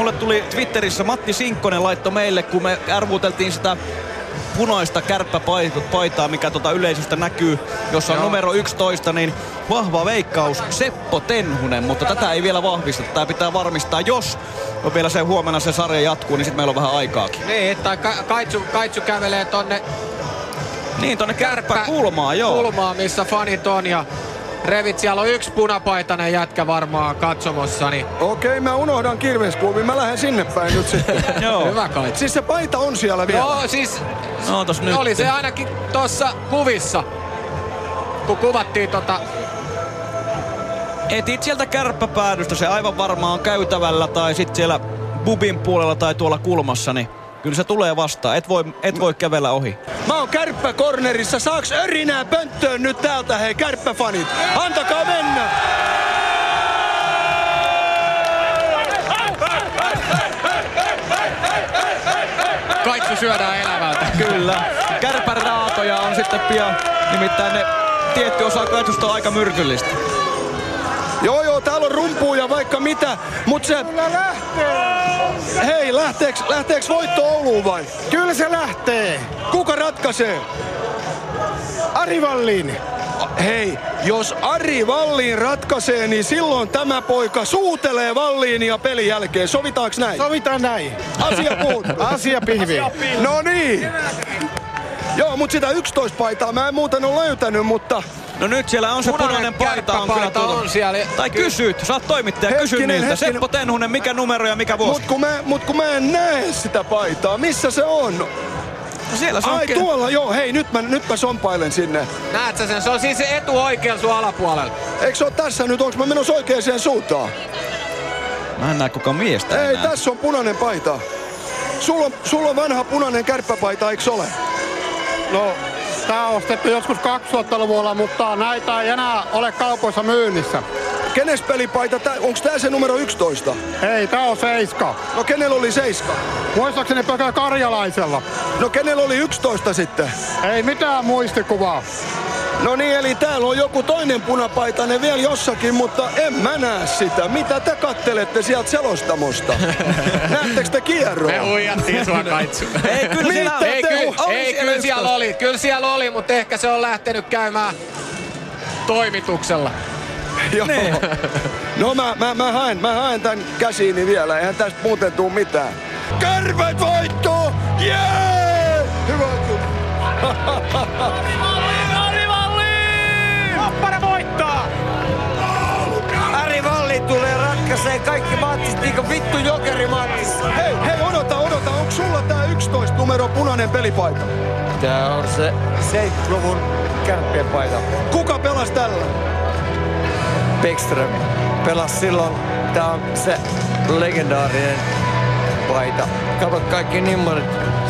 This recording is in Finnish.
mulle tuli Twitterissä Matti Sinkkonen laitto meille, kun me arvuteltiin sitä punaista kärppäpaitaa, mikä tuota yleisöstä näkyy, jossa on Joo. numero 11, niin vahva veikkaus Seppo Tenhunen, mutta tätä ei vielä vahvisteta. Tämä pitää varmistaa, jos on vielä se huomenna se sarja jatkuu, niin sitten meillä on vähän aikaakin. Niin, tai ka- kaitsu, kaitsu kävelee tonne Niin, tonne kärppäkulmaan, joo. kulmaa, missä fanit on ja revit. Siellä on yksi punapaitainen jätkä varmaan katsomossa, niin Okei, okay, mä unohdan kirvesklubi. Mä lähden sinne päin nyt sitten. joo. hyvä kaitsu. siis se paita on siellä vielä. Joo, siis No, tos nyt. oli se ainakin tuossa kuvissa, kun kuvattiin tota... Etit sieltä kärppäpäädystä, se aivan varmaan käytävällä tai sitten siellä bubin puolella tai tuolla kulmassa, niin kyllä se tulee vastaan. Et voi, et voi kävellä ohi. Mä oon kärppäkornerissa. Saaks örinää pönttöön nyt täältä, hei kärppäfanit? Antakaa mennä! Kaitsu syödään elävältä. Kyllä. Kärpän raatoja on sitten pian. Nimittäin ne tietty osa kaitsusta on aika myrkyllistä. Joo, joo, täällä on rumpuja ja vaikka mitä, mut se... Kyllä lähtee! Hei, lähteeks, lähteeks voitto Ouluun vai? Kyllä se lähtee. Kuka ratkaisee? Ari Vallin. Hei, jos Ari Valliin ratkaisee, niin silloin tämä poika suutelee Valliinia pelin jälkeen. Sovitaanko näin? Sovitaan näin. Asia puhut. Asia pihvi. No niin. Joo, mut sitä 11 paitaa mä en muuten ole löytänyt, mutta No nyt siellä on se punainen Punainen paita on kyllä kärppäpaita tullut. on siellä. Tai kysyt, sä oot toimittaja, kysy Hetkinen, niiltä. hetkinen. Seppo Tenhunen, mikä numero ja mikä vuosi? mut kun, mä, mut kun mä en näe sitä paitaa, missä se on? No siellä se Ai onkin. tuolla, joo, hei, nyt mä, nyt mä sompailen sinne. Näet sä sen? Se on siis etuoikeus sun alapuolella. Eikö se ole tässä nyt, onko mä menossa oikeaan suuntaan? Mä en näe kuka miestä Ei, enää. tässä on punainen paita. Sulla on, sulla on vanha punainen kärppäpaita, eikö ole? No, tää on ostettu joskus 2000-luvulla, mutta näitä ei enää ole kaupoissa myynnissä. Kenes pelipaita, tää, onko tää se numero 11? Ei, tää on seiska. No kenellä oli 7? Muistaakseni Pökä Karjalaisella. No kenellä oli 11 sitten? Ei mitään muistikuvaa. No niin, eli täällä on joku toinen punapaitainen vielä jossakin, mutta en mä näe sitä. Mitä te kattelette sieltä selostamosta? Näettekö te Me kierroa? huijattiin sua kaitsu. Ei, kyllä siellä on. Mitä ei, te ky- hu- ei siellä kyllä yksi siellä toista. oli. Kyllä siellä oli, mutta ehkä se on lähtenyt käymään toimituksella. Joo. Niin. No mä, mä, mä, haen, mä haen tän käsiini vielä, eihän tästä muuten tuu mitään. Kärvet voitto! Jee! Hyvä juttu. Ari Valli tulee ratkaisee kaikki matsit niin kuin vittu jokeri matsis. Hei, hei, odota, odota, onko sulla tää 11 numero punainen pelipaita? Tää on se 70-luvun kärppien paita. Kuka pelas tällä? Pekström pelasi silloin. Tää on se legendaarinen paita. Kato kaikki nimmarit